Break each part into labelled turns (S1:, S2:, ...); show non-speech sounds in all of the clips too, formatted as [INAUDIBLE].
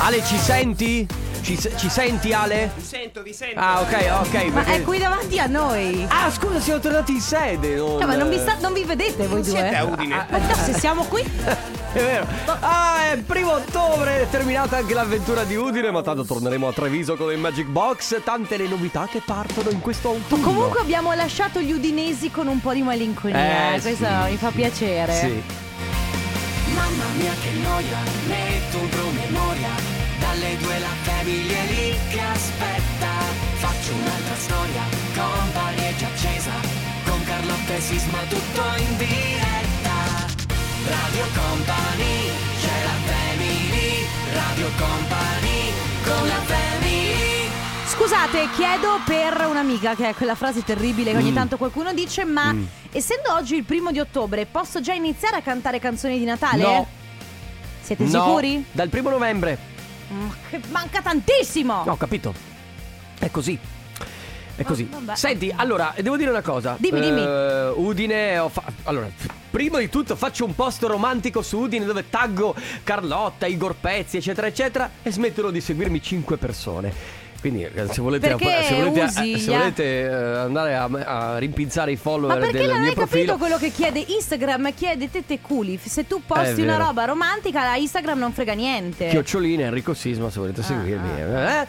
S1: Ale, ci senti? Ci, se- ci senti, Ale?
S2: Vi sento, vi sento.
S1: Ah, ok, ok.
S3: Ma ecco.
S1: perché-
S3: è qui davanti a noi.
S1: Ah, scusa, siamo tornati in sede. oh, Non...
S3: Eh, ma non vi, sta- non vi vedete voi due?
S2: Siete a
S4: Ah,
S2: Udine.
S3: Ma no, se siamo
S1: [LAUGHS]
S3: qui,
S1: eh, È vero. Ah, è primo ottobre, è terminata anche l'avventura di Udine, ma tanto torneremo a Treviso con il Magic Box. Tante le novità che partono in questo autunno.
S3: comunque abbiamo lasciato gli udinesi con un po' di malinconia.
S1: Eh,
S3: eh, Questo
S1: sì.
S3: mi fa piacere.
S1: Sì.
S5: Mamma mia che noia, metto un promemoria Dalle due la famiglia è lì che aspetta Faccio un'altra storia, company è già accesa Con Carlotta e Sisma tutto in diretta Radio Company, c'è la family Radio Company, con la family
S3: Scusate, chiedo per un'amica che è quella frase terribile che ogni
S1: Mm.
S3: tanto qualcuno dice, ma essendo oggi il primo di ottobre, posso già iniziare a cantare canzoni di Natale?
S1: No.
S3: Siete
S1: No,
S3: sicuri?
S1: Dal primo novembre.
S3: Ma che manca tantissimo!
S1: No, ho capito. È così. È così.
S3: vabbè.
S1: Senti, allora, devo dire una cosa.
S3: Dimmi, dimmi.
S1: Eh, Udine, ho fa- allora, f- prima di tutto faccio un post romantico su Udine dove taggo Carlotta, Igor Pezzi, eccetera, eccetera, e smettono di seguirmi 5 persone. Quindi eh, se volete,
S3: Perché
S1: se volete, eh,
S3: usi
S1: se
S3: gli a-
S1: volete, eh, andare a, a rimpinzare i
S3: Ma
S1: follower
S3: perché
S1: del
S3: non
S1: mio
S3: hai
S1: profilo
S3: capito quello che chiede Instagram? Chiede Tete Culif. Se tu posti
S1: È
S3: una
S1: vero.
S3: roba romantica, la Instagram non frega niente.
S1: Chiocciolina, Enrico Sisma, se volete seguirmi.
S3: Ah,
S1: eh.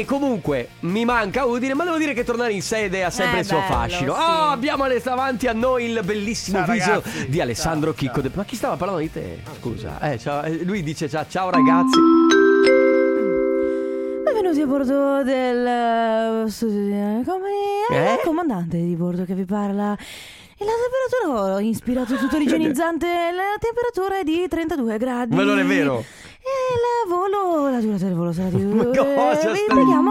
S1: E comunque mi manca Udine, ma devo dire che tornare in sede ha sempre
S3: Eh,
S1: il suo
S3: bello,
S1: fascino.
S3: sì.
S1: Oh, abbiamo alle- davanti a noi il bellissimo
S2: Ciao,
S1: viso
S2: ragazzi.
S1: di Alessandro
S2: Ciao,
S1: Chicco.
S2: ciao.
S1: De- Ma chi stava parlando di te? Scusa, eh, ciao, eh, lui dice ciao, ciao ragazzi.
S3: Benvenuti a bordo del eh, studio di Nana Company. È
S1: Eh?
S3: Ah, il comandante di bordo che vi parla. E la temperatura, ho ispirato tutto
S1: [LAUGHS]
S3: l'igienizzante, la temperatura è di 32 gradi.
S1: Ma non è vero.
S3: E la volo, la durata del volo sarà
S1: [LAUGHS]
S3: di
S1: Ma cosa
S3: eh,
S1: stai-
S3: Vi preghiamo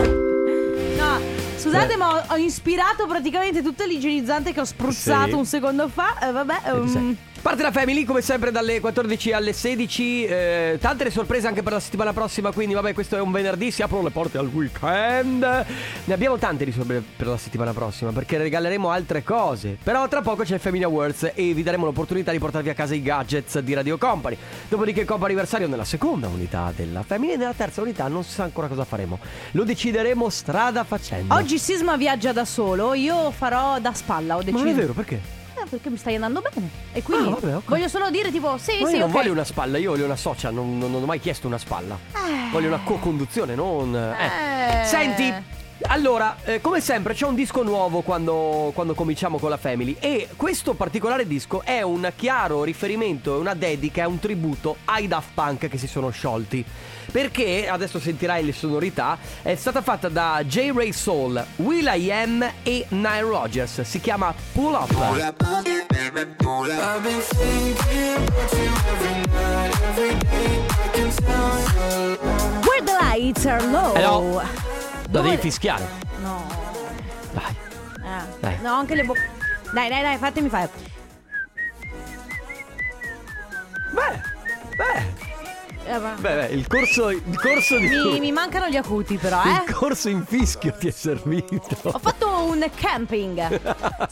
S1: [LAUGHS]
S3: di- No, scusate, ma ho, ho ispirato praticamente tutto l'igienizzante che ho spruzzato
S1: Sì.
S3: un secondo fa. Eh, vabbè, ehm,
S1: Sai. Parte la Family come sempre dalle 14 alle 16. eh, tante le sorprese anche per la settimana prossima. Quindi, vabbè, questo è un venerdì. Si aprono le porte al weekend. Ne abbiamo tante di sorprese per la settimana prossima perché regaleremo altre cose. Però, tra poco c'è il Family Awards e vi daremo l'opportunità di portarvi a casa i gadgets di Radio Company. Dopodiché, il Coppa Anniversario nella seconda unità della Family e nella terza unità non si sa ancora cosa faremo. Lo decideremo strada facendo.
S3: Oggi Sisma viaggia da solo, io farò da spalla, ho
S1: Ma
S3: deciso.
S1: non è vero perché?
S3: Eh, perché mi stai andando bene. E quindi
S1: Ah, vabbè, ok.
S3: voglio solo dire tipo sì,
S1: Ma
S3: sì,
S1: io non
S3: ok.
S1: voglio una spalla, io voglio una socia, non, non- non ho mai chiesto una spalla. Voglio una co-conduzione, non. eh.
S3: Eh.
S1: Senti. Allora, eh, come sempre c'è un disco nuovo quando, quando cominciamo con la Family e questo particolare disco è un chiaro riferimento, una dedica, è un tributo ai Daft Punk che si sono sciolti. Perché, adesso sentirai le sonorità, è stata fatta da J-Ray Soul, will.i.am e Nile Rogers. Si chiama Pull Up.
S3: Where the lights are low.
S1: Eh no. Lo devi
S3: Dove-
S1: fischiare.
S3: No.
S1: Vai.
S3: Ah.
S1: Dai.
S3: No, anche le bo- Dai, dai, dai, fatemi fare.
S1: Beh, beh.
S3: Eh, va.
S1: Beh, beh, il corso, il corso di.
S3: Mi, mi mancano gli acuti però,
S1: Il
S3: eh.
S1: corso in fischio ti è servito.
S3: Ho fatto un camping.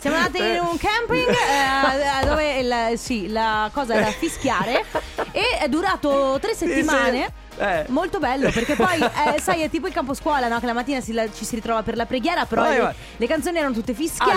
S3: Siamo andati in un camping eh, dove il- sì, la cosa era fischiare e è durato tre settimane.
S1: Eh.
S3: Molto bello perché poi eh, sai è tipo il campo scuola no? che la mattina si la- ci si ritrova per la preghiera però
S1: Vai,
S3: le,
S1: vai.
S3: le canzoni erano tutte
S1: Ale,
S3: fischiate.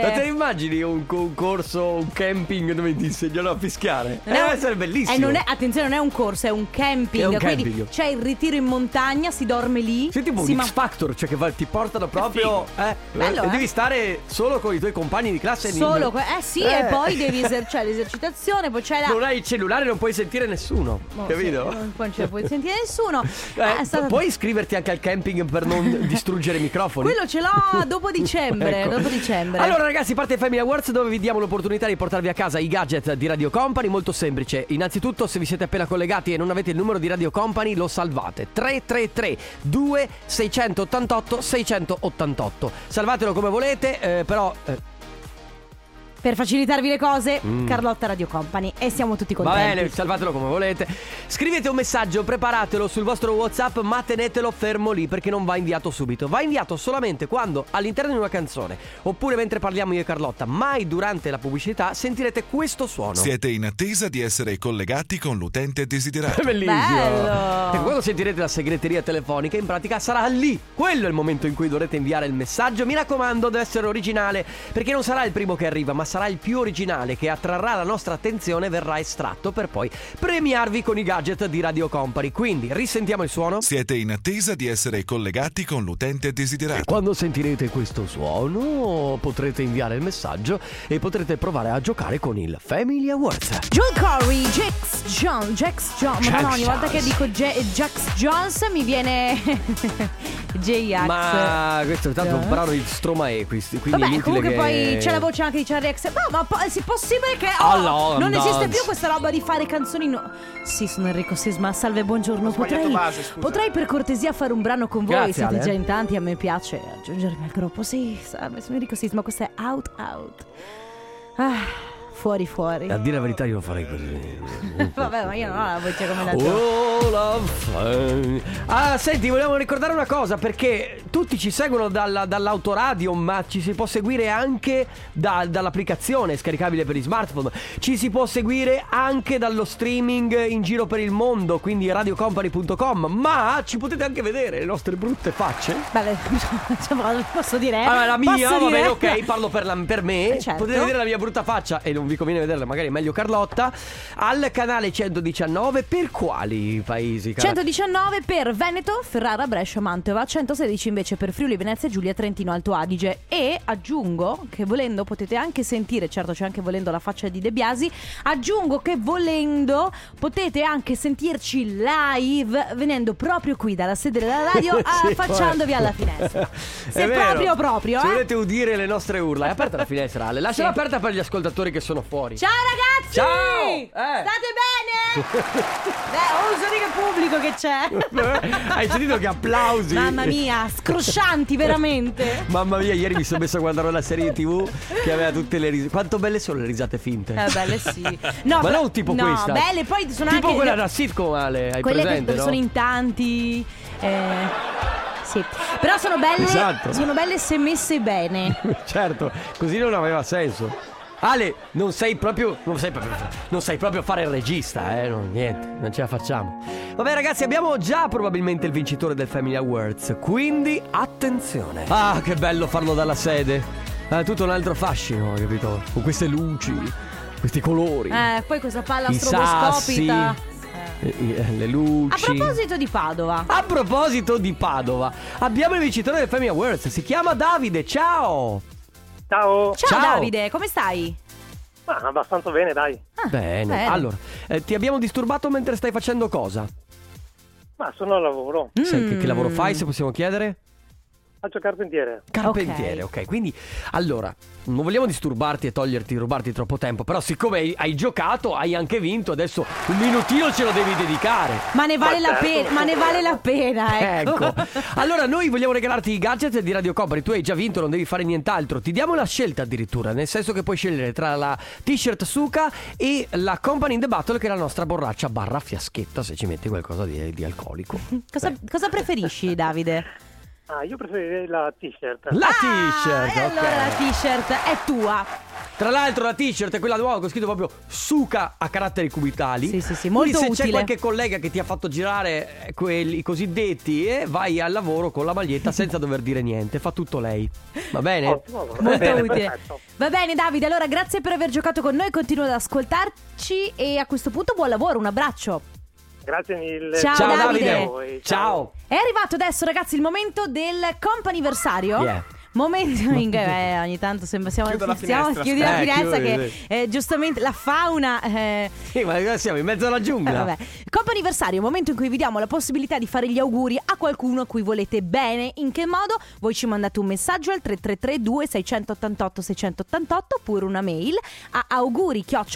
S1: ma te ne immagini un concorso, un camping dove ti insegnano a fischiare?
S3: Non
S1: Eh,
S3: è un-
S1: deve essere bellissimo.
S3: Eh, non è- attenzione, non è un corso, è un camping.
S1: È un
S3: quindi
S1: camping.
S3: c'è il ritiro in montagna, si dorme lì.
S1: Sei tipo
S3: si
S1: un
S3: ma-
S1: X Factor, cioè che va- ti portano proprio. Eh,
S3: Bello,
S1: e
S3: eh.
S1: devi stare solo con i tuoi compagni di classe.
S3: Solo,
S1: in-
S3: que- eh sì,
S1: Eh.
S3: e poi devi esercitare l'esercitazione, poi c'è la.
S1: [LAUGHS] Non hai il cellulare, non puoi sentire nessuno.
S3: Oh,
S1: capito?
S3: sì, non non ce la puoi sentire nessuno.
S1: [LAUGHS] Eh,
S3: è stata-
S1: Puoi iscriverti anche al camping per
S3: [LAUGHS]
S1: non distruggere i microfoni?
S3: Quello ce l'ho dopo dicembre.
S1: [LAUGHS] Ecco.
S3: Dopo dicembre.
S1: Allora ragazzi parte il Family Awards dove vi diamo l'opportunità di portarvi a casa i gadget di Radio Company Molto semplice Innanzitutto se vi siete appena collegati e non avete il numero di Radio Company lo salvate 333 2688 688 Salvatelo come volete eh, però... eh,
S3: Per facilitarvi le cose, Carlotta Radio Company. E siamo tutti
S1: Mm. Va
S3: contenti.
S1: bene, salvatelo come volete. Scrivete un messaggio, preparatelo sul vostro WhatsApp, ma tenetelo fermo lì perché non va inviato subito. Va inviato solamente quando all'interno di una canzone, oppure mentre parliamo io e Carlotta, mai durante la pubblicità, sentirete questo suono.
S2: Siete in attesa di essere collegati con l'utente desiderato.
S1: È bellissimo.
S3: Bello.
S1: E quando sentirete la segreteria telefonica, in pratica sarà lì. Quello è il momento in cui dovrete inviare il messaggio. Mi raccomando, deve essere originale, perché non sarà il primo che arriva, ma sarà il più originale che attrarrà la nostra attenzione e verrà estratto per poi premiarvi con i gadget di Radio Company. Quindi risentiamo il suono.
S2: Siete in attesa di essere collegati con l'utente desiderato.
S1: Quando sentirete questo suono potrete inviare il messaggio e potrete provare a giocare con il Family Awards.
S3: John Corey, Jax John, Jax John.
S1: Jax
S3: Madonna, ogni volta
S1: Jones.
S3: che dico Ja- Jax Jones mi viene [LAUGHS] J-Ax.
S1: Ma questo è tanto un
S3: Eh.
S1: brano di Stromae, quindi
S3: Vabbè,
S1: inutile
S3: comunque
S1: che-
S3: poi c'è la voce anche di Charlie X. No, ma po- sì, possibile che oh,
S1: Allora,
S3: non
S1: andaggio.
S3: esiste più questa roba di fare canzoni. no- Sì, sono Enrico Sisma. Salve, buongiorno. Potrei, potrei per cortesia fare un brano con voi?
S1: Grazie,
S3: Siete
S1: Ale.
S3: già in tanti, a me piace aggiungermi al gruppo. Sì, salve, sono Enrico Sisma. Questa è Out Out. Ah, fuori, fuori.
S1: A dire la verità io lo farei così.
S3: [LAUGHS] Vabbè, ma io non ho la voce come la tua.
S1: Oh, la fa- Ah, senti, volevamo ricordare una cosa perché tutti ci seguono dalla- dall'autoradio, ma ci si può seguire anche da- dall'applicazione scaricabile per i smartphone. Ci si può seguire anche dallo streaming in giro per il mondo, quindi radiocompany.com, ma ci potete anche vedere le nostre brutte facce.
S3: [LAUGHS] Vabbè, [LAUGHS] cioè, posso dire?
S1: Allora, Ah, la mia,
S3: Posso
S1: va bene,
S3: dire?
S1: ok, parlo per, la- per me.
S3: Eh, certo.
S1: Potete vedere la mia brutta faccia e non vi conviene vederla, magari è meglio Carlotta. Al canale 119, per quali paesi? cara?
S3: 119 per Veneto, Ferrara, Brescia, Mantova, 116 invece per Friuli, Venezia, Giulia, Trentino, Alto Adige e aggiungo che volendo potete anche sentire, certo c'è anche volendo la faccia di De Biasi, aggiungo che volendo potete anche sentirci live venendo proprio qui dalla sede della
S1: [LAUGHS]
S3: radio eh,
S1: Sì,
S3: affacciandovi
S1: guarda.
S3: alla
S1: [LAUGHS] [LAUGHS]
S3: finestra.
S1: È
S3: Se
S1: vero.
S3: proprio proprio,
S1: Se
S3: eh.
S1: volete udire le nostre urla, è aperta la finestra, Ale. Lasciala
S3: Sì.
S1: aperta per gli ascoltatori che sono fuori.
S3: Ciao ragazzi!
S1: Ciao! Eh.
S3: State bene? Beh, uso dire pubblico che
S1: [LAUGHS] [LAUGHS]
S3: c'è.
S1: Hai sentito che applausi?
S3: Mamma mia, scroscianti veramente.
S1: Mamma mia, ieri mi sono messo a guardare una serie TV che aveva tutte le risate. Quanto belle sono le risate finte.
S3: Eh,
S1: [LAUGHS]
S3: belle sì.
S1: No,
S3: No,
S1: ma
S3: però-
S1: non tipo
S3: no,
S1: questa.
S3: belle, poi sono
S1: tipo
S3: anche-
S1: quella da sitcom, Ale. Hai
S3: Quelle
S1: presente,
S3: che
S1: no?
S3: sono in tanti. eh, Sì. Però sono belle,
S1: Esatto.
S3: sono belle se
S1: [LAUGHS]
S3: messe bene.
S1: certo, così non aveva senso. Ale, non sei proprio. Non sei proprio. Non sai proprio fare il regista, eh? non- niente, non ce la facciamo. Vabbè, ragazzi, abbiamo già probabilmente il vincitore del Family Awards. Quindi attenzione. Ah, che bello farlo dalla sede. Ha tutto un altro fascino, capito? Con queste luci, questi colori.
S3: Eh, poi questa palla
S1: I sassi,
S3: stroboscopita.
S1: eh, eh, le
S3: A
S1: luci.
S3: proposito di Padova.
S1: A proposito di Padova, abbiamo il vincitore del Family Awards, si chiama Davide, ciao!
S4: Ciao,
S3: Ciao,
S1: Ciao.
S3: Davide, come stai?
S4: ma abbastanza bene dai,
S3: Ah,
S1: Bene, allora, eh, ti abbiamo disturbato mentre stai facendo cosa?
S4: ma sono al lavoro,
S1: Sai che,
S3: Mm.
S1: che lavoro fai, se possiamo chiedere?
S4: faccio carpentiere.
S1: Carpentiere, ok, quindi allora, non vogliamo disturbarti e toglierti, rubarti troppo tempo, però siccome hai, hai giocato, hai anche vinto, adesso un minutino ce lo devi dedicare.
S3: Ma ne vale la
S4: certo,
S3: pena, ma ne vale la pena, ecco.
S1: Ecco, allora noi vogliamo regalarti i gadget di Radio Company, tu hai già vinto, non devi fare nient'altro, ti diamo la scelta addirittura, nel senso che puoi scegliere tra la t-shirt Suka e la Company in the Battle che è la nostra borraccia barra fiaschetta se ci metti qualcosa di, di alcolico.
S3: Cosa, cosa preferisci, Davide?
S4: Ah, io preferirei la t-shirt.
S1: La
S3: Ah,
S1: t-shirt!
S3: E allora
S1: ok.
S3: la t-shirt è tua.
S1: Tra l'altro la t-shirt è quella nuova con scritto proprio Suca a caratteri cubitali.
S3: Sì, sì, sì, molto
S1: Quindi se c'è
S3: utile.
S1: qualche collega che ti ha fatto girare eh, quelli cosiddetti e vai al lavoro con la maglietta
S3: [LAUGHS]
S1: senza dover dire niente, fa tutto lei. Va bene?
S4: Ottimo lavoro.
S3: Molto
S4: Bene,
S3: utile.
S4: perfetto.
S3: Va bene, Davide. Allora, grazie per aver giocato con noi. Continua ad ascoltarci. E a questo punto, buon lavoro. Un abbraccio.
S4: Grazie mille.
S3: Ciao,
S1: Ciao
S3: Davide.
S1: Davide.
S4: A voi,
S1: Ciao.
S3: È arrivato adesso, ragazzi, il momento del comp'anniversario.
S1: Yeah.
S3: Momento in eh, ogni tanto sembra siamo
S6: Chiudo la
S3: siamo-
S6: finestra,
S3: chiudi la
S1: aspetta. Eh,
S3: finestra
S1: chiudi,
S3: che
S1: sì.
S3: eh, giustamente la fauna eh,
S1: Sì, ma cosa siamo in mezzo alla
S3: Eh,
S1: giungla.
S3: vabbè. Comp'anniversario, momento in cui vi diamo la possibilità di fare gli auguri a qualcuno a cui volete bene. In che modo? Voi ci mandate un messaggio al 3332 688 688 oppure una mail a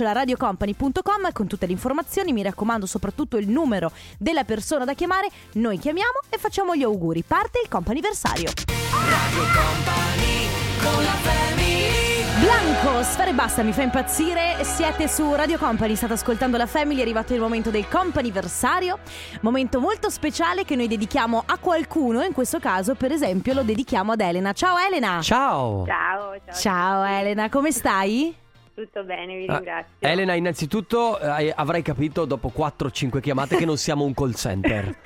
S3: auguri@radiocompany.com con tutte le informazioni, mi raccomando, soprattutto il numero della persona da chiamare. Noi chiamiamo e facciamo gli auguri. Parte il comp'anniversario. Blanco, sfere basta, mi fa impazzire. Siete su Radio Company, state ascoltando la Family, è arrivato il momento del companiversario. Momento molto speciale che noi dedichiamo a qualcuno, in questo caso per esempio lo dedichiamo ad Elena. Ciao Elena!
S1: Ciao.
S6: Ciao, ciao.
S3: Ciao Elena, come stai?
S6: Tutto bene, vi
S1: Ah,
S6: ringrazio.
S1: Elena, innanzitutto eh, avrai capito dopo 4-5 chiamate che non siamo un call
S3: [LAUGHS]
S1: center.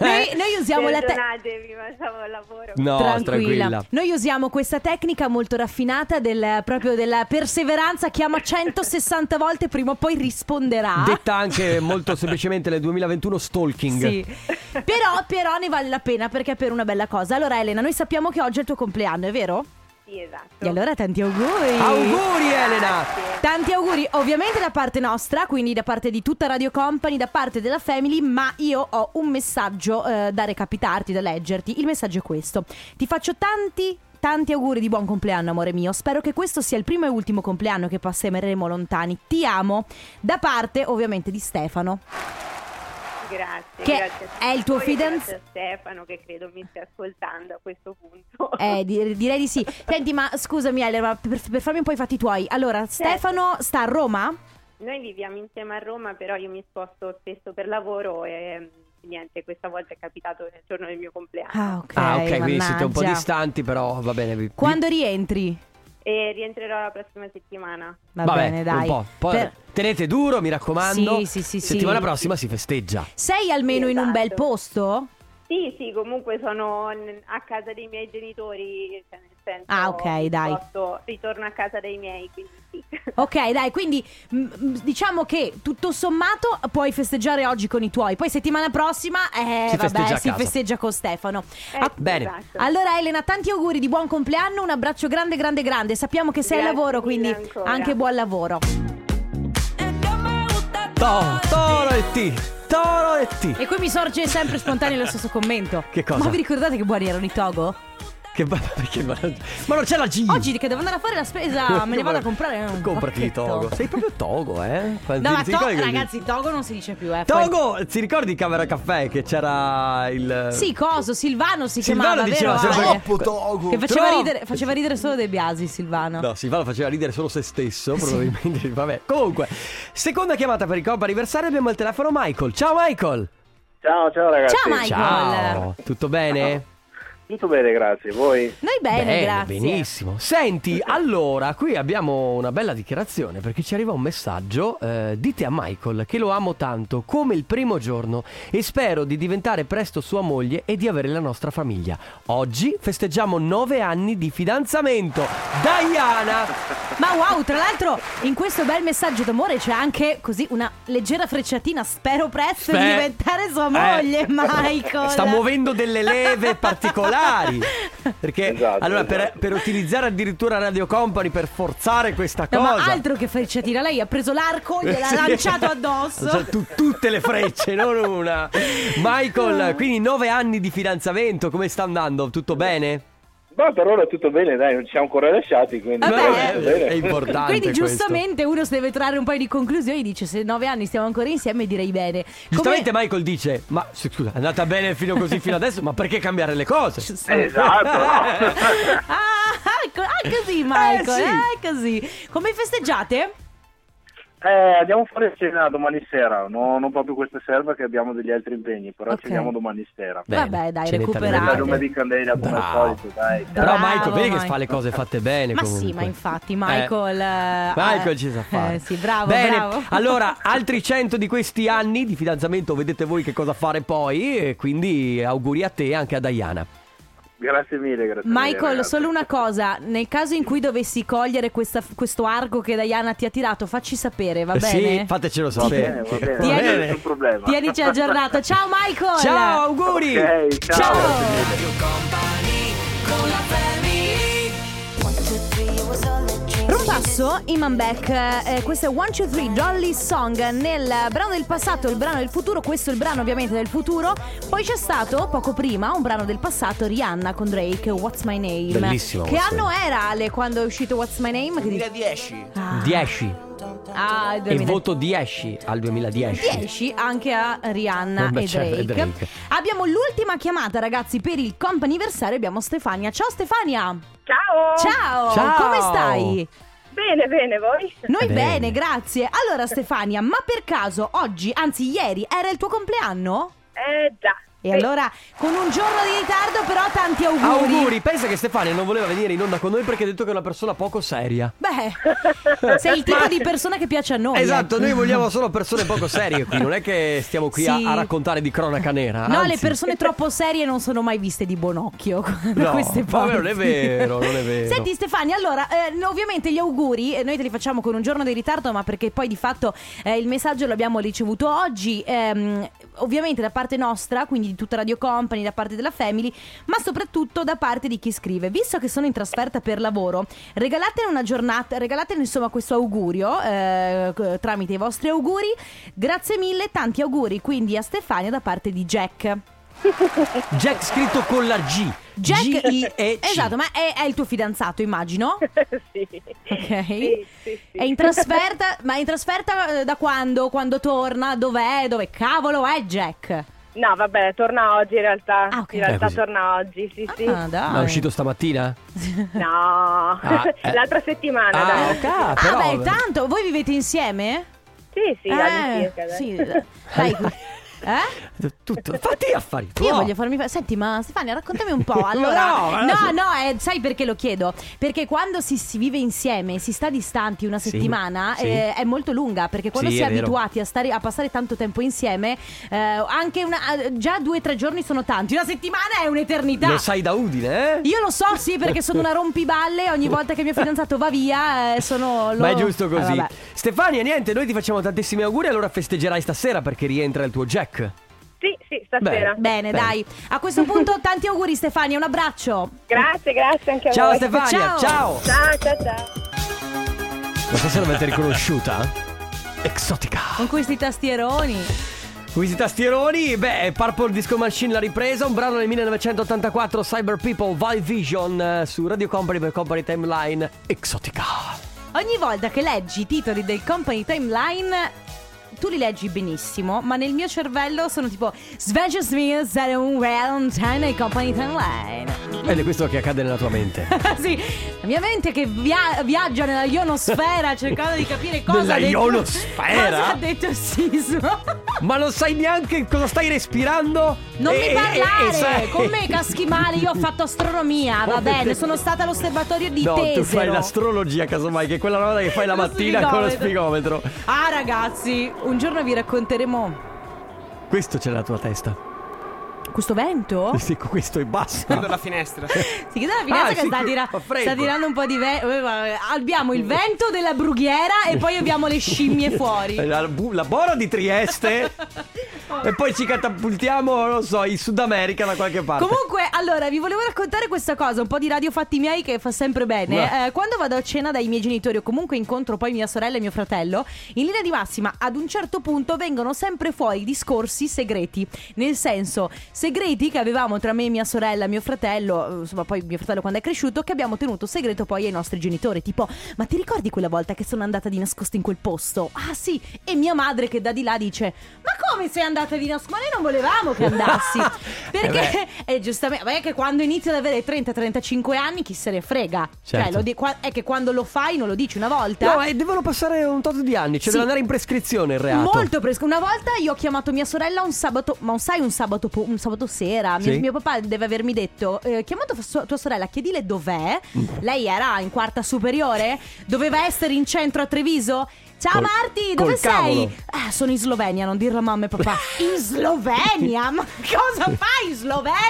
S3: Noi, noi usiamo la te-
S6: Perdonatevi, ma stavo al lavoro.
S1: No, tranquilla.
S3: Noi usiamo questa tecnica molto raffinata del, proprio della perseveranza. Chiama 160 volte, prima o poi risponderà.
S1: Detta anche molto semplicemente nel 2021 stalking.
S3: Sì. Però, però ne vale la pena perché è per una bella cosa. Allora, Elena, noi sappiamo che oggi è il tuo compleanno, è vero?
S6: Sì, esatto.
S3: E allora tanti auguri!
S1: Auguri Elena!
S3: Tanti auguri ovviamente da parte nostra, quindi da parte di tutta Radio Company, da parte della Family, ma io ho un messaggio eh, da recapitarti, da leggerti. Il messaggio è questo. Ti faccio tanti... Tanti auguri di buon compleanno, amore mio. Spero che questo sia il primo e ultimo compleanno che passeremo lontani. Ti amo. Da parte, ovviamente, di Stefano.
S6: Grazie,
S3: Che
S6: grazie a tutti
S3: è il tuo
S6: voi,
S3: fidanz-
S6: grazie a Stefano che credo mi stia ascoltando a questo punto.
S3: Eh, di- direi di sì. Senti, ma scusami, Ale, ma per, per farmi un po' i fatti tuoi. Allora, Stefano sta a Roma?
S6: Noi viviamo insieme a Roma, però io mi sposto spesso per lavoro e mm, niente, questa volta è capitato nel giorno del mio compleanno.
S3: ok.
S1: Ah, ok, quindi siete un po'
S3: mannaggia.
S1: distanti, però va bene. vi-
S3: Quando rientri?
S6: E rientrerò la prossima settimana.
S3: Va
S1: Vabbè,
S3: bene, dai.
S1: un po'. Poi
S3: Per-
S1: tenete duro, mi raccomando.
S3: Sì, sì, sì, sì.
S1: Settimana prossima si festeggia.
S3: Sei almeno
S6: Sì,
S3: in un bel
S6: esatto.
S3: posto?
S6: Sì, sì, comunque sono n- a casa dei miei genitori, cioè nel senso
S3: Ah, ok, dai.
S6: posso- ritorno a casa dei miei, quindi sì.
S3: Ok, dai, quindi mh, mh, diciamo che tutto sommato puoi festeggiare oggi con i tuoi, poi settimana prossima eh,
S1: Si
S3: vabbè,
S1: festeggia a
S3: si
S1: casa.
S3: festeggia con Stefano.
S6: Eh,
S1: Ah,
S6: sì,
S1: bene.
S6: esatto.
S3: Allora Elena, tanti auguri di buon compleanno, un abbraccio grande, grande, grande. Sappiamo che sei al
S6: Grazie
S3: lavoro,
S6: mille
S3: quindi
S6: ancora.
S3: anche buon lavoro.
S1: To- toro e T, Toro e T.
S3: E qui mi sorge sempre spontaneo lo stesso commento.
S1: Che cosa? Mm.
S3: Ma vi ricordate che buoni erano i Togo?
S1: [LAUGHS] Che ba- perché- ma, ma non c'è la G.
S3: Oggi che devo andare a fare
S1: [LAUGHS]
S3: la spesa, me ne vado a comprare un
S1: Comprati
S3: pacchetto.
S1: Togo. Sei proprio Togo, eh? Quando
S3: No,
S1: ti-
S3: ma
S1: ti
S3: to-
S1: ricordi che-
S3: ragazzi, Togo non si dice più, eh. Poi-
S1: Togo, ti ricordi Camera Caffè che c'era il
S3: Sì, coso, Silvano si
S1: Silvano
S3: chiamava,
S1: diceva
S3: vero?
S1: sempre
S3: Ale?
S1: troppo
S7: Ecco.
S1: Togo.
S3: Che faceva
S1: Troppo.
S3: ridere, faceva ridere solo De Biasi, Silvano.
S1: No, Silvano faceva ridere solo se stesso, probabilmente. [LAUGHS] Vabbè. Comunque, seconda chiamata per il compa anniversario abbiamo il telefono Michael. Ciao Michael.
S8: Ciao, ciao ragazzi.
S3: Ciao Michael.
S1: Ciao. Tutto bene?
S8: Tutto bene, grazie. Voi?
S3: Noi bene, grazie.
S1: benissimo.
S3: [LAUGHS]
S1: Senti, allora, qui abbiamo una bella dichiarazione perché ci arriva un messaggio. eh, dite a Michael che lo amo tanto come il primo giorno e spero di diventare presto sua moglie e di avere la nostra famiglia. Oggi festeggiamo nove anni di fidanzamento. Diana!
S3: Ma wow, tra l'altro in questo bel messaggio d'amore c'è anche così una leggera frecciatina, spero presto di
S1: Beh,
S3: diventare sua
S1: eh,
S3: moglie, Michael.
S1: Sta muovendo delle
S3: [LAUGHS]
S1: leve particolari. Perché
S8: Esatto,
S1: allora per,
S8: esatto.
S1: per utilizzare addirittura Radio Company per forzare questa
S3: No, ma
S1: cosa.
S3: altro che frecciatina, lei ha preso l'arco, gliel'ha
S1: Sì. [LAUGHS]
S3: lanciato addosso.
S1: Cioè, tu- tutte le frecce, non una. Michael, quindi nove anni di fidanzamento, come sta andando? Tutto bene?
S8: Ma per ora tutto bene, dai, non ci siamo ancora lasciati, quindi
S3: Vabbè.
S8: Dai, tutto bene.
S1: È importante.
S3: Quindi
S1: questo.
S3: giustamente uno se deve trarre un paio di conclusioni dice se nove anni stiamo ancora insieme direi bene.
S1: Giustamente Michael dice: Ma s- scusa, è andata bene fino così fino adesso, ma perché cambiare le cose?
S3: [LAUGHS]
S8: Esatto, no?
S4: [LAUGHS]
S3: Ah, ecco, ah, così Michael,
S1: Eh, sì.
S3: ah, così. Come festeggiate?
S8: Eh, andiamo a fare cena domani sera, no, non proprio questa sera perché abbiamo degli altri impegni, però
S3: Ok.
S8: ci vediamo domani sera.
S1: Bene,
S3: Vabbè, dai,
S1: ce ne
S3: recuperate.
S1: torniamo.
S8: La lume di candela come
S1: Bravo.
S8: al solito, dai.
S1: Però
S3: Bravo,
S1: Michael, vedi che
S3: Michael.
S1: fa le cose fatte bene.
S3: Ma
S1: comunque.
S3: sì, ma infatti
S1: Eh.
S3: Michael... eh,
S1: Michael
S3: eh,
S1: ci sa fare.
S3: eh, sì, bravo,
S1: Bene,
S3: bravo. [LAUGHS]
S1: Allora, altri 100 di questi anni di fidanzamento, vedete voi che cosa fare poi. E quindi auguri a te e anche a Diana.
S8: Grazie mille, grazie mille,
S3: Michael,
S8: ragazzi.
S3: solo
S8: [LAUGHS]
S3: una cosa, nel caso in cui dovessi cogliere questa- questo arco che Diana ti ha tirato, facci sapere, va bene?
S1: Eh, Sì, fatecelo
S8: Va
S1: sapere.
S8: bene, va bene,
S1: Va
S8: non c'è
S1: bene.
S8: nessun problema.
S3: Tienici aggiornato. Ciao Michael!
S1: Ciao, auguri.
S8: Ok,
S3: Ciao.
S8: ciao.
S3: Rumpasso, Iman Beck, eh, questo è 1, 2, 3 Jolly Song nel brano del passato, il brano del futuro, questo è il brano ovviamente del futuro, poi c'è stato poco prima un brano del passato Rihanna con Drake, What's My Name.
S1: Bellissimo,
S3: Che
S1: What's
S3: anno era Ale quando è uscito What's My Name? Che dici-
S9: 2010.
S3: Ah,
S1: 10.
S3: ah, il
S1: E
S3: 2010.
S1: voto 10 al 2010.
S3: 10 anche a Rihanna
S1: Eh beh,
S3: e,
S1: certo,
S3: Drake.
S1: e Drake.
S3: Abbiamo l'ultima chiamata ragazzi per il comp'anniversario abbiamo Stefania. Ciao Stefania!
S6: Ciao!
S3: Ciao!
S1: Ciao.
S3: Come stai?
S6: Bene, bene, voi?
S3: Noi
S1: Bene.
S3: bene. grazie. Allora Stefania, ma per caso oggi, anzi ieri, era il tuo compleanno?
S6: Eh già.
S3: E allora, con un giorno di ritardo, però tanti auguri.
S1: Auguri, pensa che Stefania non voleva venire in onda con noi perché ha detto che è una persona poco seria.
S3: Beh, sei il tipo di persona che piace a noi.
S1: Esatto,
S3: eh.
S1: noi vogliamo solo persone poco serie qui, non è che stiamo qui a,
S3: Sì.
S1: a raccontare di cronaca nera.
S3: No,
S1: anzi.
S3: le persone troppo serie non sono mai viste di buon occhio. [LAUGHS]
S1: No,
S3: queste
S1: vabbè,
S3: parti.
S1: non è vero, non è vero.
S3: Senti Stefania, allora, eh, ovviamente gli auguri eh, noi te li facciamo con un giorno di ritardo, ma perché poi di fatto eh, il messaggio l'abbiamo ricevuto oggi, ehm, ovviamente da parte nostra, quindi di tutta Radio Company, da parte della Family, ma soprattutto da parte di chi scrive. Visto che sono in trasferta per lavoro, regalatene una giornata, regalatene insomma questo augurio eh, c- tramite i vostri auguri. Grazie mille, tanti auguri quindi a Stefania da parte di Jack.
S1: Jack scritto con la G.
S3: Jack
S1: G-I-E-C.
S3: Esatto, ma è, è il tuo fidanzato, immagino.
S6: [LAUGHS] [LAUGHS] sì.
S3: Ok.
S6: Sì, sì, sì.
S3: È in trasferta, ma è in trasferta eh, da quando? Quando torna? Dov'è? Dove cavolo è Jack?
S6: No, vabbè, torna oggi in realtà.
S3: Ah, ok.
S6: In
S1: Eh,
S6: realtà
S1: così.
S6: torna oggi, sì, sì.
S3: Ah, dai.
S1: Ma è uscito
S6: [LAUGHS]
S1: stamattina?
S6: No,
S1: Ah, eh.
S6: [LAUGHS] l'altra settimana.
S1: Ah,
S6: dai.
S1: ok,
S3: Ah,
S1: però-
S3: beh, tanto voi vivete insieme?
S6: Sì, sì,
S3: eh,
S6: all'incirca, dai.
S3: sì. Dai.
S6: [LAUGHS]
S3: Eh?
S1: Tutto. Fatti gli affari tuoi.
S3: Io voglio farmi fa- Senti, ma Stefania, raccontami un po'.
S1: Ma [LAUGHS]
S3: Allora,
S1: no, ma adesso-
S3: no, no, eh, sai perché lo chiedo? Perché quando si, si vive insieme, si sta distanti una
S1: Sì,
S3: settimana,
S1: sì.
S3: eh, è molto lunga. Perché quando
S1: Sì,
S3: si è
S1: è vero.
S3: abituati a, stare, a passare tanto tempo insieme, eh, anche una, eh, già due o tre giorni sono tanti. Una settimana è un'eternità.
S1: Lo sai da Udine, eh?
S3: Io lo so, sì, perché sono una rompiballe. Ogni volta che mio fidanzato va via, eh, sono. Lo...
S1: Ma è giusto così.
S3: Eh, vabbè.
S1: Stefania, niente, noi ti facciamo tantissimi auguri. Allora festeggerai stasera perché rientra il tuo Jack.
S6: Sì, sì, stasera.
S1: Bene.
S3: Bene, dai. A questo punto, tanti auguri, Stefania. Un abbraccio.
S6: Grazie, grazie anche a
S1: Ciao
S6: voi.
S1: Stefania,
S3: Ciao.
S1: ciao.
S6: Ciao, ciao, ciao.
S1: Non so se l'avete riconosciuta. Exotica.
S3: Con questi tastieroni.
S1: Questi tastieroni, beh, Purple Disco Machine l'ha ripresa, un brano del 1984, Cyber People, Vive Vision, eh, su Radio Company per Company Timeline, Exotica.
S3: Ogni volta che leggi i titoli del company timeline, tu li leggi benissimo, ma nel mio cervello sono tipo Svenja Smith, Sarah Valentine e company timeline. [LAUGHS]
S1: Ed è questo che accade nella tua mente.
S3: sì, la mia mente che via- viaggia nella
S1: [LAUGHS]
S3: ionosfera cercando di capire cosa
S1: Nella
S3: ha detto-
S1: ionosfera?
S3: Cosa ha detto
S1: [LAUGHS]
S3: il sisma?
S1: Ma non sai neanche cosa stai respirando?
S3: Non
S1: E- e-
S3: mi
S1: e-
S3: parlare
S1: e Eh, sai- Oh,
S3: con
S1: [LAUGHS]
S3: me caschi male, io ho fatto astronomia, va bene, sono stata allo serbatorio di
S1: No,
S3: Tesero.
S1: tu fai l'astrologia, casomai, che è quella roba che fai la
S3: Lo
S1: mattina con lo
S3: spigometro.
S1: spigometro.
S3: Ah ragazzi, un giorno vi racconteremo
S1: Questo c'è nella tua testa.
S3: Questo vento?
S1: Sì, questo è basta.
S9: dalla finestra.
S3: Si chiede la finestra
S1: Ah,
S3: che
S1: sì,
S3: sta,
S1: che-
S3: tira-
S1: fa freddo.
S3: sta tirando un po' di vento. eh, Abbiamo il vento della brughiera e poi abbiamo le scimmie
S1: [LAUGHS]
S3: fuori.
S1: Eh, La, bu- la bora di
S3: [LAUGHS]
S1: Trieste. e poi ci catapultiamo, non so, in Sud America da qualche parte.
S3: Comunque, allora, vi volevo raccontare questa cosa, un po' di radio fatti miei che fa sempre bene.
S1: Ma-
S3: Eh, quando vado a cena dai miei genitori o comunque incontro poi mia sorella e mio fratello, in linea di massima, ad un certo punto vengono sempre fuori discorsi segreti. Nel senso, segreti che avevamo tra me e mia sorella, mio fratello, eh, insomma poi mio fratello quando è cresciuto, che abbiamo tenuto segreto poi ai nostri genitori. Tipo, ma ti ricordi quella volta che sono andata di nascosto in quel posto? Ah sì, e mia madre che da di là dice, ma come sei andata di nascosto? Ma noi non volevamo che andassi. Perché... [LAUGHS] E Eh, giustamente, ma è che quando inizi ad avere 30-35 anni, chi se ne frega? Cioè,
S1: Certo.
S3: lo di- qua- è che quando lo fai non lo dici una volta.
S1: No, eh, devono passare un tot di anni, cioè
S3: Sì.
S1: devono andare in prescrizione il reato.
S3: Molto fresco. Una volta io ho chiamato mia sorella un sabato, ma un sai, un sabato, po- un sabato sera. Mio,
S1: Sì.
S3: mio papà deve avermi detto: eh, chiamato fa- sua- tua sorella, chiedile dov'è.
S1: Mm.
S3: Lei era in quarta superiore, doveva essere in centro a Treviso. Ciao
S1: Col-
S3: Marti,
S1: col
S3: dove
S1: cavolo.
S3: sei? Ah, sono in Slovenia, non dirlo a mamma
S1: [LAUGHS]
S3: e papà. In Slovenia? Ma [LAUGHS] cosa fai in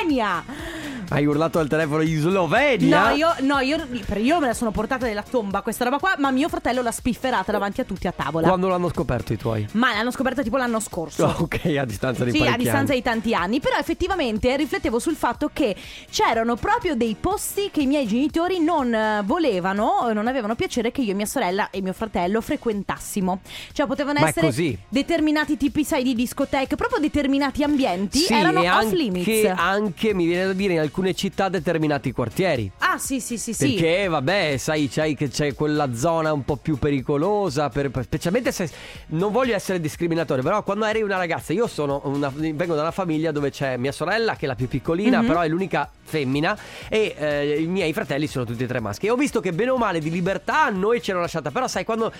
S3: Slovenia?
S1: Hai urlato al telefono in Slovenia.
S3: No, io, no io, per- io me la sono portata nella tomba questa roba qua, ma mio fratello l'ha spifferata davanti a tutti a tavola.
S1: Quando l'hanno scoperto i tuoi?
S3: Ma l'hanno scoperta tipo l'anno scorso.
S1: Ah, ok, a distanza di
S3: Sì, a
S1: parecchi
S3: distanza
S1: anni.
S3: di tanti anni, però effettivamente riflettevo sul fatto che c'erano proprio dei posti che i miei genitori non eh, volevano, eh, non avevano piacere che io e mia sorella e mio fratello frequentassimo. Cioè potevano
S1: Ma è
S3: essere
S1: così.
S3: determinati tipi, sai, di discoteche, proprio determinati ambienti
S1: Sì,
S3: erano
S1: e
S3: off
S1: anche,
S3: limits.
S1: anche mi viene da dire in alcuni alcune città determinati quartieri.
S3: Ah, sì, sì, sì, sì.
S1: Perché, vabbè, sai, c'hai che c'è quella zona un po' più pericolosa. per- per- specialmente se. Non voglio essere discriminatorio, però quando eri una ragazza, io sono una- vengo da una famiglia dove c'è mia sorella, che è la più piccolina,
S3: Mhm.
S1: però è l'unica femmina, e eh, i miei fratelli sono tutti e tre maschi. E ho visto che bene o male di libertà a noi ce l'hanno lasciata. Però, sai, quando.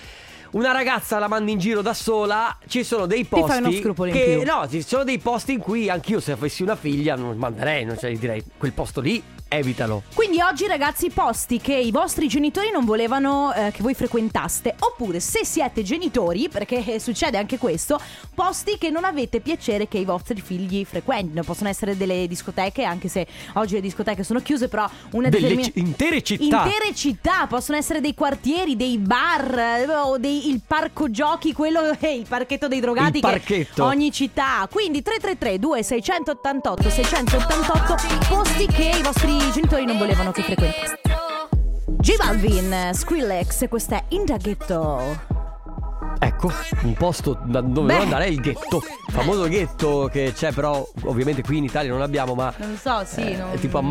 S1: Una ragazza la mandi in giro da sola, ci sono dei
S3: fai
S1: posti.
S3: uno scrupolo in
S1: che,
S3: più.
S1: No, ci sono dei posti in cui anch'io, se avessi una figlia, non manderei, non, cioè, direi quel posto lì, evitalo.
S3: Quindi oggi ragazzi posti che i vostri genitori non volevano eh, che voi frequentaste oppure se siete genitori perché eh, succede anche questo posti che non avete piacere che i vostri figli frequentino possono essere delle discoteche anche se oggi le discoteche sono chiuse però una
S1: Delle
S3: determin-
S1: ci- intere città.
S3: intere città possono essere dei quartieri dei bar eh, o dei, il parco giochi quello [LAUGHS] eh, il parchetto dei drogati
S1: Il
S3: che
S1: parchetto.
S3: ogni città quindi 333 2688 688 posti che i vostri genitori non volevano che frequentaste G Balvin eh, Skrillex questa è Inda Ghetto
S1: Ecco, un posto da dove
S3: Beh.
S1: non andare è il ghetto. Il famoso ghetto che c'è, però, ovviamente qui in Italia non abbiamo, ma.
S3: non so sì
S1: eh,
S3: non-
S1: Tipo a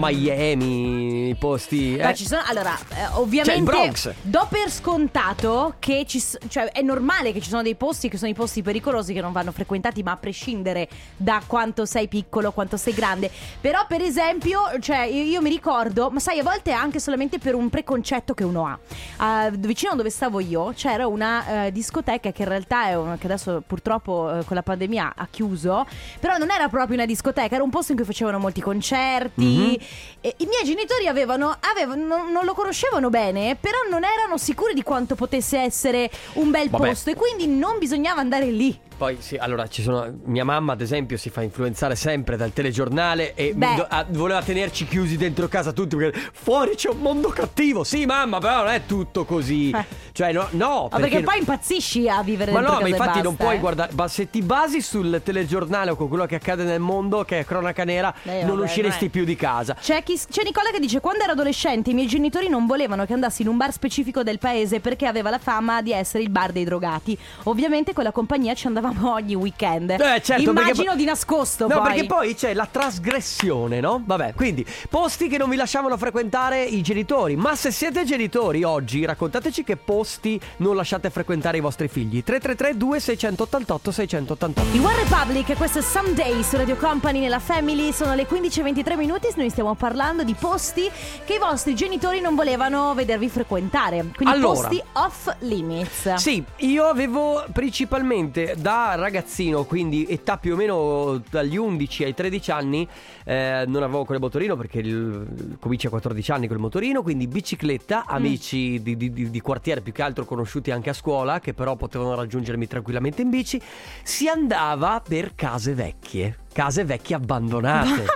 S1: Miami, i posti.
S3: Ma
S1: eh.
S3: ci sono, allora, eh,
S1: C'è il
S3: ovviamente
S1: Bronx.
S3: do per scontato che ci s- cioè, è normale che ci sono dei posti che sono i posti pericolosi che non vanno frequentati, ma a prescindere da quanto sei piccolo, quanto sei grande. Però, per esempio, cioè, io, io mi ricordo, ma sai, a volte anche solamente per un preconcetto che uno ha. Ah, vicino a dove stavo io c'era una eh, discoteca che in realtà è un- che adesso purtroppo eh, con la pandemia ha chiuso, però non era proprio una discoteca, era un posto in cui facevano molti concerti.
S1: Mhm.
S3: E I miei genitori avevano, avevano- non, non lo conoscevano bene, però non erano sicuri di quanto potesse essere un bel
S1: Vabbè.
S3: posto e quindi non bisognava andare lì.
S1: Poi sì, allora ci sono. Mia mamma, ad esempio, si fa influenzare sempre dal telegiornale e
S3: Beh.
S1: mi do- ah, voleva tenerci chiusi dentro casa tutti perché fuori c'è un mondo cattivo. Sì, mamma, però non è tutto così.
S3: Eh.
S1: Cioè, no, no
S3: Ma perché, poi impazzisci a vivere
S1: Ma
S3: dentro
S1: no,
S3: casa
S1: ma
S3: e
S1: infatti non
S3: basta,
S1: puoi
S3: eh.
S1: guardare. Ma se ti basi sul telegiornale o con quello che accade nel mondo, che è cronaca nera,
S3: Eh,
S1: non
S3: vabbè,
S1: usciresti
S3: non è-
S1: più di casa.
S3: C'è, chi- c'è Nicola che dice quando ero adolescente i miei genitori non volevano che andassi in un bar specifico del paese perché aveva la fama di essere il bar dei drogati. Ovviamente con la compagnia ci andavamo [LAUGHS] ogni weekend.
S1: Eh, certo,
S3: Immagino
S1: perché poi-
S3: di nascosto.
S1: No,
S3: poi.
S1: perché poi c'è la trasgressione, no? Vabbè, quindi posti che non vi lasciavano frequentare i genitori. Ma se siete genitori oggi, raccontateci che posti non lasciate frequentare i vostri figli. 333 2688 688.
S3: I One Republic, questo è Someday su Radio Company nella Family, sono le 15.23 minuti, noi stiamo parlando di posti che i vostri genitori non volevano vedervi frequentare, quindi
S1: Allora.
S3: posti off limits.
S1: Sì, io avevo principalmente da ragazzino, quindi età più o meno dagli 11 ai 13 anni, eh, non avevo ancora il motorino perché il- comincia a 14 anni col motorino, quindi bicicletta,
S3: Mm.
S1: amici di, di- di- di quartiere più che altro conosciuti anche a scuola, che però potevano raggiungermi tranquillamente in bici, si andava per case vecchie, case vecchie abbandonate.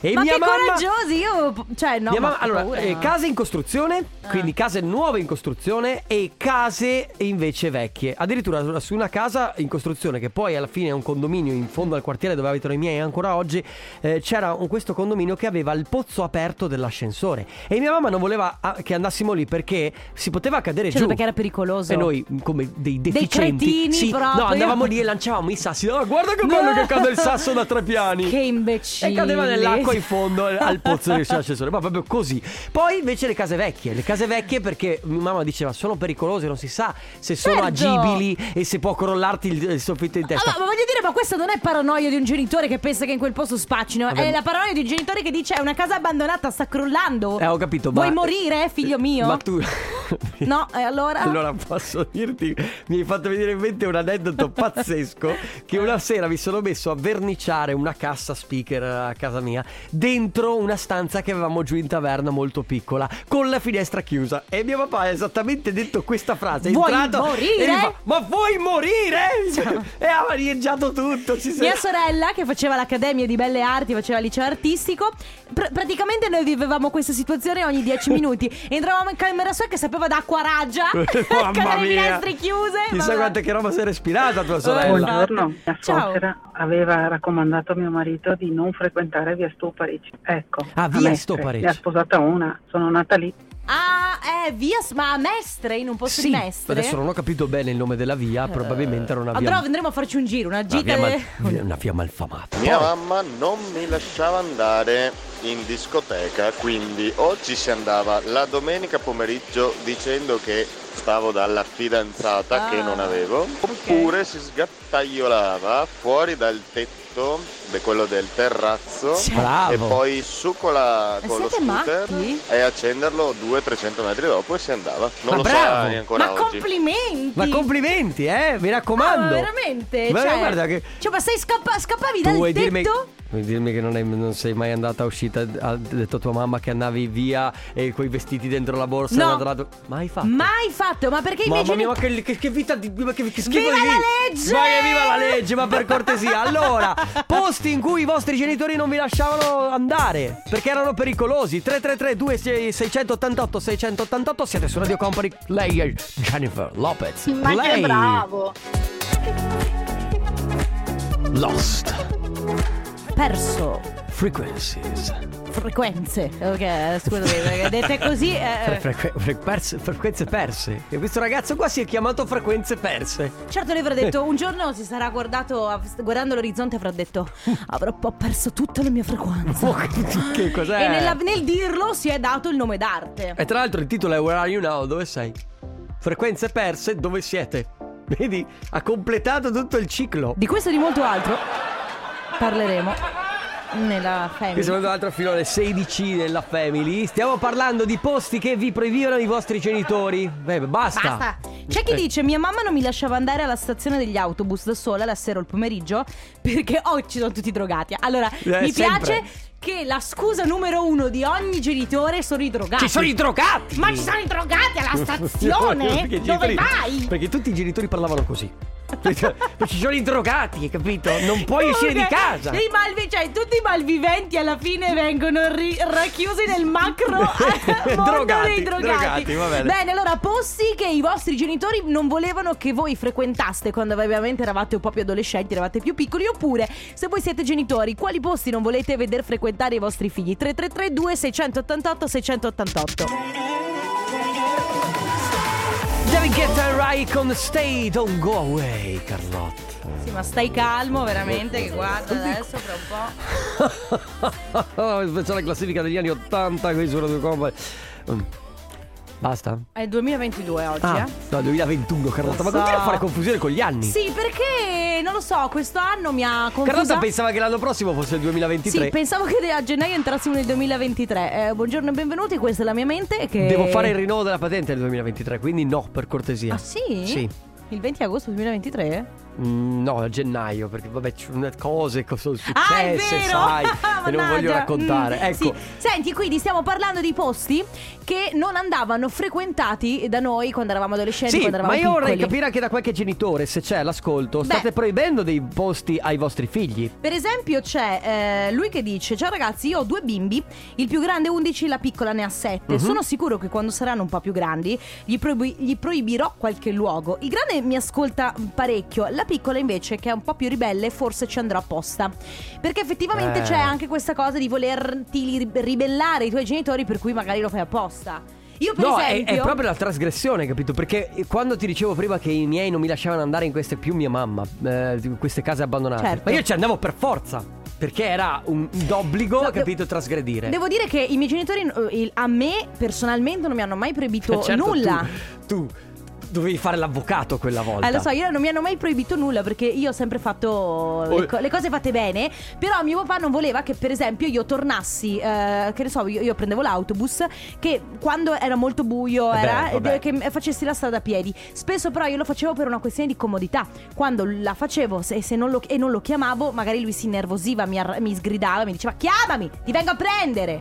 S1: e
S3: [LAUGHS] ma
S1: mia
S3: che
S1: mamma...
S3: coraggiosi, io... Cioè, no,
S1: Mia
S3: ma
S1: mamma-
S3: che
S1: allora,
S3: paura.
S1: eh, case in costruzione,
S3: Ah.
S1: quindi case nuove in costruzione e case invece vecchie. Addirittura su- su una casa in costruzione, che poi alla fine è un condominio in fondo al quartiere dove abitano i miei ancora oggi, eh, c'era un- questo condominio che aveva il pozzo aperto dell'ascensore. E mia mamma non voleva ah, che andassimo lì perché si poteva cadere
S3: Certo,
S1: giù.
S3: perché era pericoloso.
S1: E noi, come dei deficienti,
S3: cretini
S1: sì,
S3: proprio.
S1: no, andavamo lì e lanciavamo i sassi. Oh, guarda che bello che cade il sasso da tre piani.
S3: Che imbecille.
S1: E cadeva nell'acqua in fondo al- al
S3: [LAUGHS]
S1: pozzo dell'ascensore, ma proprio così. Poi invece le case vecchie, le case vecchie perché mia mamma diceva sono pericolose, non si sa se sono
S3: Certo.
S1: agibili e se può crollarti il, il soffitto in testa.
S3: Ah, ma, ma voglio dire, ma questa non è paranoia di un genitore che pensa che in quel posto spaccino.
S1: Vabbè.
S3: È la paranoia di un genitore che dice: È una casa abbandonata, sta crollando.
S1: Eh, ho capito,
S3: Vuoi
S1: ma- eh,
S3: morire, figlio mio?
S1: Ma
S3: [LAUGHS]
S1: tu... [LAUGHS]
S3: No, e allora?
S1: Allora posso dirti, mi hai fatto venire in mente un aneddoto
S3: [LAUGHS]
S1: pazzesco che una sera mi sono messo a verniciare una cassa speaker a casa mia dentro una stanza che avevamo giù in taverna molto piccola con la finestra chiusa e mio papà ha esattamente detto questa frase. È
S3: Vuoi
S1: entrato e mi
S3: morire?
S1: fa, ma vuoi morire? [LAUGHS] e ha maneggiato tutto. Ci sei-
S3: Mia sorella, che faceva l'Accademia di Belle Arti, faceva il liceo artistico, pr- praticamente noi vivevamo questa situazione
S1: [LAUGHS]
S3: ogni 10 minuti. Entravamo in camera sua che sapeva d'acqua raggia, con
S1: [LAUGHS] Mamma
S3: le
S1: mia.
S3: finestre chiuse.
S1: Chissà
S3: vabbè.
S1: quante che roba si è respirata tua sorella.
S9: Buongiorno, mia
S3: Ciao.
S9: suocera aveva raccomandato a mio marito di non frequentare via Stuparici. Ecco,
S1: Ah,
S9: a
S1: via
S9: Mestre.
S1: Stuparici.
S9: Ne ha sposata una, sono nata lì.
S3: Ah, eh, via, ma a Mestre, in un posto
S1: Sì,
S3: di Mestre.
S1: adesso non ho capito bene il nome della via, probabilmente era una via.
S3: Allora andremo Eh, a farci un giro, una
S1: Una
S3: gita.
S1: via, mal-
S3: de-
S1: una via malfamata.
S10: Mia
S1: Poi-
S10: mamma non mi lasciava andare in discoteca, quindi o ci si andava la domenica pomeriggio dicendo che stavo dalla fidanzata
S3: Ah,
S10: che non avevo, oppure si sgattaiolava fuori dal tetto, de- quello del terrazzo,
S3: Cioè,
S1: Bravo.
S10: e poi su con, la,
S3: Ma
S10: con lo
S3: siete
S10: scooter
S3: matti?
S10: e accenderlo 200-300 metri dopo e si andava.
S1: Ma
S10: Non lo
S1: bravo!
S10: sa ancora
S11: ma
S10: oggi.
S11: complimenti!
S1: Ma complimenti, eh, mi raccomando.
S11: Ah, veramente?
S1: Ma
S11: Cioè-
S1: guarda che...
S11: Cioè, ma sei scappa- scappavi
S1: Tu
S11: dal
S1: vuoi
S11: tetto?
S1: dirmi, vuoi dirmi che non, hai- non sei mai andata a uscita? Ha detto a tua mamma che andavi via e coi vestiti dentro la borsa?
S11: No.
S1: una dra- Mai fatto.
S11: Mai fatto, ma perché i miei
S1: Mamma mia,
S11: genitori...
S1: ma che, che- che vita di. Ma che, che schifo
S11: Viva
S1: di vita.
S11: la legge!
S1: Ma che viva la legge, ma per cortesia! Allora, posti in cui i vostri genitori non vi lasciavano andare perché erano pericolosi. 333-2688-688 siete su Radio Company. Lei è Jennifer Lopez.
S12: Ma che
S1: Lei-
S12: bravo!
S1: Lost
S3: Perso
S1: Frequencies.
S11: Eh,
S3: frequenze. Ok, scusami, [LAUGHS] perché dette così.
S1: Fre-
S3: eh,
S1: frequ- fre- perse- frequenze perse. E questo ragazzo qua si è chiamato Frequenze perse.
S3: certo, le avrò detto
S1: Eh.
S3: un giorno si sarà guardato a- guardando l'orizzonte avrà detto avrò un po' perso tutta la mia frequenza.
S1: Oh, che cos'è? Eh.
S3: E nella- nel dirlo si è dato il nome d'arte.
S1: E tra l'altro il titolo è Where are you now? Dove sei? Frequenze perse, dove siete? Vedi, ha completato tutto il ciclo.
S3: Di questo e di molto altro parleremo nella
S1: Qui siamo
S3: family.
S1: tra l'altro fino alle 16 della Family. Stiamo parlando di posti che vi proibivano i vostri genitori. Beh, basta.
S3: Basta. C'è chi
S1: Eh.
S3: dice mia mamma non mi lasciava andare alla stazione degli autobus da sola la sera o il pomeriggio perché [LAUGHS] oggi sono tutti drogati. Allora,
S1: Eh, sempre.
S3: mi piace che la scusa numero uno di ogni genitore sono i drogati.
S1: Ci sono i drogati!
S11: Ma ci sono i drogati
S1: [LAUGHS]
S11: alla stazione?
S1: Perché i
S11: Dove
S1: genitori-
S11: vai?
S1: Perché tutti i genitori parlavano così. Ma ci sono i drogati, capito? Non puoi uscire di
S3: Comunque,
S1: casa.
S3: i malvi- cioè, tutti i malviventi alla fine vengono ri- racchiusi
S1: [LAUGHS]
S3: nel macro eh, mondo
S1: Drogati,
S3: dei drogati.
S1: drogati, va bene.
S3: allora posti che i vostri genitori non volevano che voi frequentaste quando ovviamente eravate un po' più adolescenti, eravate più piccoli, oppure se voi siete genitori, quali posti non volete veder frequentare i vostri figli? 3332 688 688.
S1: David Guetta e Rai con Stay Don't Go Away, Carlotta.
S3: Sì, ma stai calmo veramente che guarda adesso fra un
S1: [LAUGHS]
S3: po'.
S1: Pensavo alla classifica degli anni 80 qui su Radio Company. Mm. Basta?
S3: È il 2022 oggi,
S1: Ah,
S3: eh.
S1: no, 2021, Carlotta. Ma
S3: Lo so.
S1: continua a fare confusione con gli anni.
S3: Sì, perché non lo so, questo anno mi ha confusa.
S1: Carlotta pensava che l'anno prossimo fosse il
S3: Sì,
S1: 2023.
S3: pensavo che a gennaio entrassimo nel 2023. Eh, buongiorno e benvenuti, questa è la mia mente che
S1: Devo fare il rinnovo della patente nel 2023, quindi no, per cortesia.
S3: Ah, sì?
S1: Sì.
S3: Il 20 agosto 2023?
S1: Mm, no, a gennaio, perché vabbè, c'è una cose che sono successe,
S3: Ah, è vero! [LAUGHS]
S1: sai, che non
S3: Mannaggia.
S1: voglio raccontare.
S3: Mm,
S1: ecco.
S3: sì. Senti, quindi stiamo parlando di posti che non andavano frequentati da noi quando eravamo adolescenti,
S1: Sì,
S3: quando
S1: ma
S3: cioè, eravamo
S1: io vorrei
S3: piccoli.
S1: capire anche da qualche genitore, se c'è l'ascolto, state
S3: Beh.
S1: proibendo dei posti ai vostri figli.
S3: Per esempio c'è eh, lui che dice Ciao ragazzi io ho due bimbi Il più grande è 11 la piccola ne ha 7
S1: Mhm.
S3: Sono sicuro che quando saranno un po' più grandi gli, proibi- gli proibirò qualche luogo Il grande mi ascolta parecchio La piccola invece che è un po' più ribelle Forse ci andrà apposta Perché effettivamente
S1: Eh.
S3: c'è anche questa cosa Di volerti li- ribellare ai tuoi genitori Per cui magari lo fai apposta Io per
S1: No, è,
S3: esempio
S1: è proprio la trasgressione, capito? Perché eh, quando ti dicevo prima che i miei non mi lasciavano andare in queste più mia mamma, eh, in queste case abbandonate,
S3: Certo.
S1: ma io ci andavo per forza, perché era un d'obbligo,
S3: No,
S1: capito,
S3: devo-
S1: trasgredire.
S3: Devo dire che i miei genitori eh, il- a me personalmente non mi hanno mai proibito
S1: [LAUGHS] Certo,
S3: nulla.
S1: Tu, tu dovevi fare l'avvocato quella volta.
S3: Eh, lo so, io non mi hanno mai proibito nulla perché io ho sempre fatto le, co- le cose fatte bene. Però mio papà non voleva che, per esempio, io tornassi. eh, che ne so, io, io prendevo l'autobus. Che quando era molto buio,
S1: Eh beh,
S3: era,
S1: vabbè.
S3: eh, che m- facessi la strada a piedi. Spesso, però, io lo facevo per una questione di comodità. Quando la facevo se, se non lo- e non lo chiamavo, magari lui si innervosiva, mi, ar- mi sgridava, mi diceva: Chiamami, ti vengo a prendere.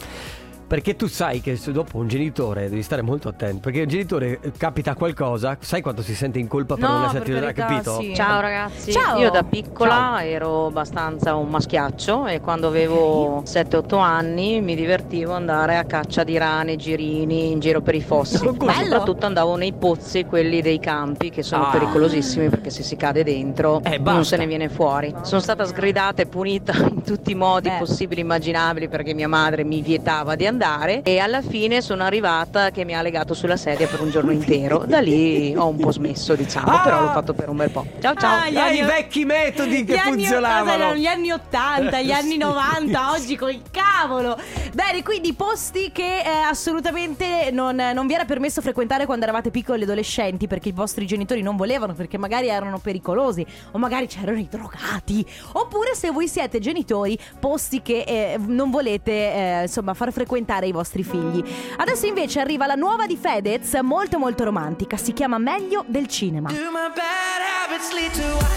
S1: Perché tu sai che se dopo un genitore devi stare molto attento. Perché un genitore eh, capita qualcosa, sai quanto si sente in colpa per
S3: No,
S1: non
S3: per
S1: esserti
S3: carità,
S1: capito?
S3: sì.
S12: Ciao ragazzi,
S3: Ciao.
S12: io da piccola Ah, ero abbastanza un maschiaccio e quando avevo 7-8 anni mi divertivo andare a caccia di rane, girini, in giro per i
S1: [LAUGHS]
S12: fossi.
S1: Sono
S12: Ma
S1: così.
S12: soprattutto andavo nei pozzi, quelli dei campi, che sono
S1: Ah.
S12: pericolosissimi perché se si cade dentro
S1: Eh, basta.
S12: non se ne viene fuori. Sono stata sgridata e punita [LAUGHS] in tutti i modi
S3: Beh.
S1: Eh.
S12: possibili e immaginabili perché mia madre mi vietava di andare e alla fine sono arrivata che mi ha legato sulla sedia per un giorno intero. Da lì ho un po' smesso, diciamo,
S1: Ah.
S12: però l'ho fatto per un bel po'. Ciao ciao!
S3: Ah, gli
S1: Dai,
S3: anni-
S1: i vecchi metodi
S3: Gli
S1: che
S3: anni- cosa
S1: funzionavano.
S3: erano? Gli anni 80, gli anni 90, oggi col cavolo. Bene, quindi posti che eh, assolutamente non, non vi era permesso frequentare quando eravate piccoli e adolescenti perché i vostri genitori non volevano, perché magari erano pericolosi o magari c'erano i drogati. Oppure se voi siete genitori, posti che eh, non volete eh, insomma far frequentare ai vostri figli. Adesso invece arriva la nuova di Fedez, molto molto romantica, si chiama Meglio del cinema.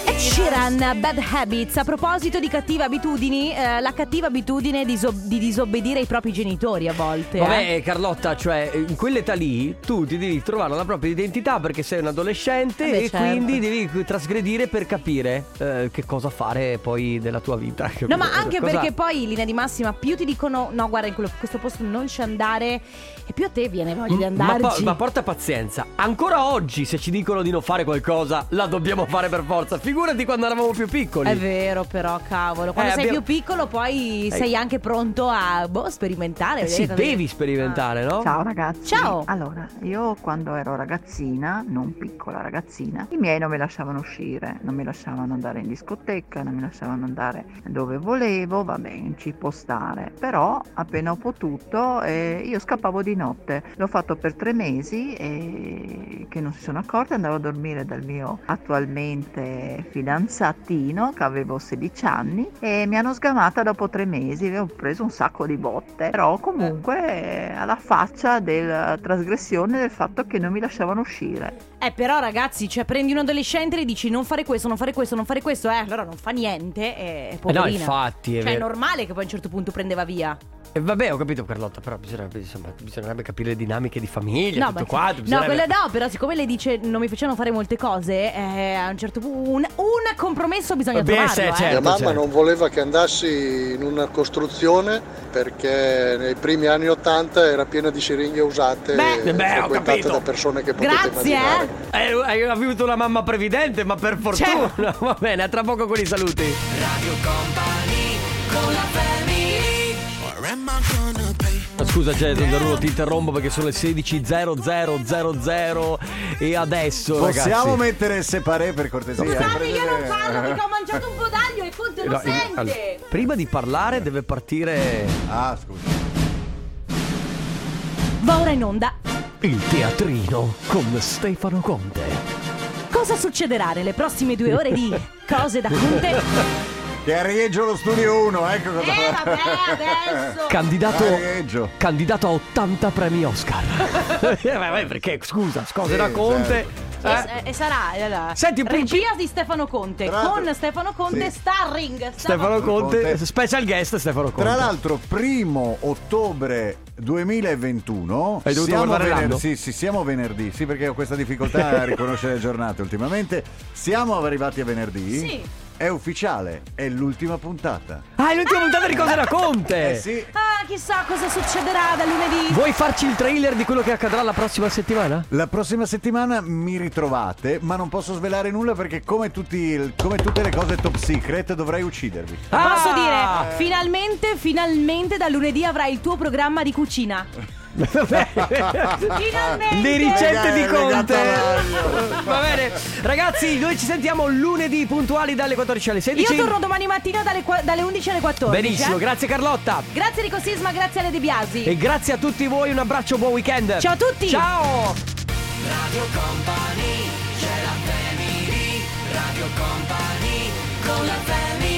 S3: Ed Sheeran, Bad Habits. A proposito di cattive abitudini, eh, la cattiva abitudine di, diso- di disobbedire ai propri genitori a volte. eh.
S1: Vabbè, Carlotta, cioè, in quell'età lì tu ti devi trovare la propria identità perché sei un adolescente
S3: Eh beh,
S1: e
S3: certo.
S1: quindi devi trasgredire per capire eh, che cosa fare poi della tua vita. [LAUGHS] capito?
S3: No, ma anche
S1: Cosa-
S3: perché poi in linea di massima più ti dicono no, guarda, in quello- questo posto non ci andare e più a te viene voglia di
S1: Mm, Ma, po-
S3: andarci.
S1: ma porta pazienza, ancora oggi se ci dicono di non fare qualcosa la dobbiamo fare per forza. Figurati quando eravamo più piccoli.
S3: È vero però, cavolo, quando
S1: Eh,
S3: sei
S1: abbiamo-
S3: più piccolo poi
S1: Eh.
S3: sei anche pronto a boh, sperimentare.
S1: Eh
S3: vedere
S1: sì,
S3: cosa-
S1: devi sperimentare, no?
S13: Ciao ragazzi.
S3: Ciao.
S13: Allora, io quando ero ragazzina, non piccola ragazzina, i miei non mi lasciavano uscire, non mi lasciavano andare in discoteca, non mi lasciavano andare dove volevo, va bene, ci può stare. Però appena ho potuto eh, io scappavo di notte. L'ho fatto per tre mesi e che non si sono accorti, andavo a dormire dal mio attualmente fidanzatino che avevo 16 anni e mi hanno sgamata dopo tre mesi, avevo preso un sacco di botte, però comunque eh, alla faccia della trasgressione del fatto che non mi lasciavano uscire.
S3: Eh però ragazzi, cioè prendi un adolescente e gli dici non fare questo, non fare questo, non fare questo, eh allora non fa niente e e
S1: Eh
S3: poverina.
S1: no, infatti, è
S3: Cioè è
S1: vero.
S3: normale che poi a un certo punto prendeva via.
S1: Eh, vabbè, ho capito Carlotta, però bisognerebbe, insomma, bisognerebbe capire le dinamiche di famiglia, tutto
S3: ma-
S1: quanto.
S3: no,
S1: bisognerebbe-
S3: quella no, però siccome lei dice non mi facevano fare molte cose, eh, a un certo punto un, un compromesso bisogna
S1: Beh,
S3: trovarlo.
S1: se-
S3: eh.
S1: certo,
S14: Mia mamma
S1: certo.
S14: non voleva che andassi in una costruzione perché nei primi anni 80 era piena di siringhe usate
S1: Beh,
S14: e
S1: Eh, beh, ho
S14: frequentate
S1: capito.
S14: da persone che potete immaginare.
S1: eh. Hai avuto una mamma previdente, ma per fortuna. [LAUGHS] Va bene, a tra poco con i saluti.
S5: Con la family
S1: Scusa Jason Derulo, ti interrompo perché sono le 16.0000 e adesso
S7: Possiamo
S1: ragazzi...
S7: mettere separé per cortesia?
S1: Scusate, io non parlo perché
S3: Ho mangiato un po' d'aglio e Conte lo
S1: Eh. No, in-
S3: sente.
S1: allora, prima di parlare deve partire... Ah, scusa.
S3: Va ora in onda.
S1: Il teatrino con Stefano Conte.
S3: Cosa succederà nelle prossime due ore di cose da Conte?
S7: Che arieggio lo studio 1, ecco cosa
S3: Eh,
S7: fa.
S3: vabbè, adesso.
S1: Candidato,
S7: Arieggio.
S1: candidato a 80 premi Oscar. [LAUGHS] Eh, vabbè, perché scusa, cose da
S7: Sì, certo.
S1: Conte.
S3: E,
S1: eh?
S3: e sarà allora,
S1: Senti, un
S3: regia di Stefano Conte con Stefano Conte
S7: Sì.
S3: starring Stefano,
S1: Stefano Conte,
S7: Conte.
S1: special guest Stefano Conte.
S7: Tra l'altro, primo ottobre 2021.
S1: Hai dovuto
S7: siamo
S1: guardare l'anno?
S7: Sì, sì, siamo venerdì. Sì, perché ho
S1: [LAUGHS]
S7: questa difficoltà a riconoscere le giornate ultimamente. Siamo arrivati a venerdì.
S1: Sì.
S7: È ufficiale, è l'ultima puntata.
S1: Ah, è l'ultima puntata di cose da Conte.
S7: Eh sì.
S3: Ah, chissà cosa succederà da lunedì.
S1: Vuoi farci il trailer di quello che accadrà la prossima settimana?
S7: La prossima settimana mi ritrovate, ma non posso svelare nulla perché come, tutti il- come tutte le cose top secret dovrei uccidervi.
S3: Posso
S1: Ah!
S3: dire, finalmente, finalmente da lunedì avrai il tuo programma di cucina.
S1: [LAUGHS]
S3: Finalmente.
S1: Le ricette di
S7: Legato
S1: Conte.
S7: all'aglio.
S1: Va bene. Ragazzi, noi ci sentiamo lunedì puntuali dalle 14 alle 16.
S3: Io torno domani mattina dalle, qua- dalle 11 alle 14.
S1: Benissimo,
S3: eh.
S1: grazie Carlotta.
S3: Grazie Rico Sisma, grazie Ale De Biasi.
S1: E grazie a tutti voi, un abbraccio, buon weekend.
S3: Ciao a tutti.
S1: Ciao.
S5: Radio Company C'è la family Radio Company Con la family